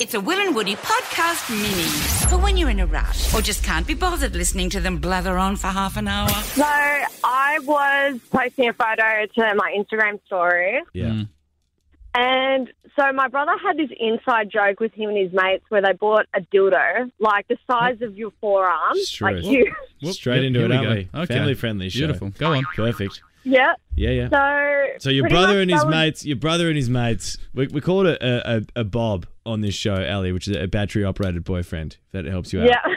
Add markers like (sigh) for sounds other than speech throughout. It's a Will and Woody podcast mini for when you're in a rush or just can't be bothered listening to them blather on for half an hour. So I was posting a photo to my Instagram story, Yeah. and so my brother had this inside joke with him and his mates where they bought a dildo like the size of your forearm, Sure like is. you. (laughs) Whoop, Straight yep, into here it, we aren't we? go. Okay. Family friendly show. Beautiful. Go on. Perfect. yeah. Yeah, yeah. So So your pretty brother much and his that was- mates, your brother and his mates, we, we call it a, a, a bob on this show, Ali, which is a battery operated boyfriend. If that helps you out. Yeah.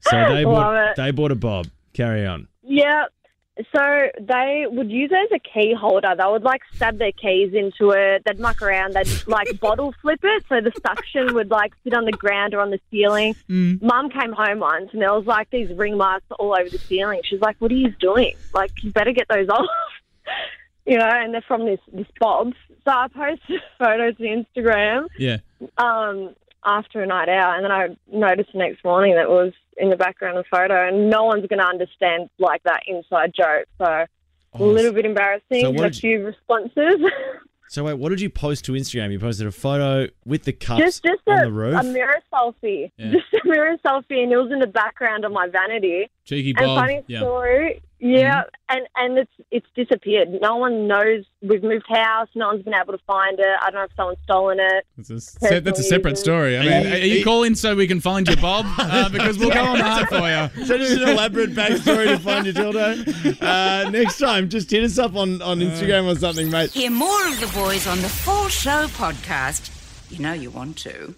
So (laughs) they Love bought, it. they bought a bob. Carry on. Yeah. So they would use it as a key holder. They would like stab their keys into it. They'd muck around. They'd like bottle flip it, so the suction would like sit on the ground or on the ceiling. Mum came home once, and there was like these ring marks all over the ceiling. She's like, "What are you doing? Like, you better get those (laughs) off." you know, and they're from this this Bob's. So I posted (laughs) photos to Instagram Yeah. um, after a night out, and then I noticed the next morning that it was in the background of the photo, and no one's going to understand like that inside joke. So a little bit embarrassing. Oh, so what a did few responses. (laughs) So wait, what did you post to Instagram? You posted a photo with the cups just just on a, the roof. a mirror selfie, Yeah. just a mirror selfie, and it was in the background of my vanity. Cheeky And Bob. funny Yeah. story, Mm-hmm. yeah, and and it's it's disappeared. No one knows. We've moved house. No one's been able to find it. I don't know if someone's stolen it. That's a, se- that's a separate story. I mean, you- are are you you- calling so we can find you, Bob? Uh, because we'll go on hard for (laughs) you. So just an elaborate backstory to find your (laughs) dildo. Uh, next time, just hit us up on, on Instagram or something, mate. Hear more of the boys on the Full Show podcast. You know you want to.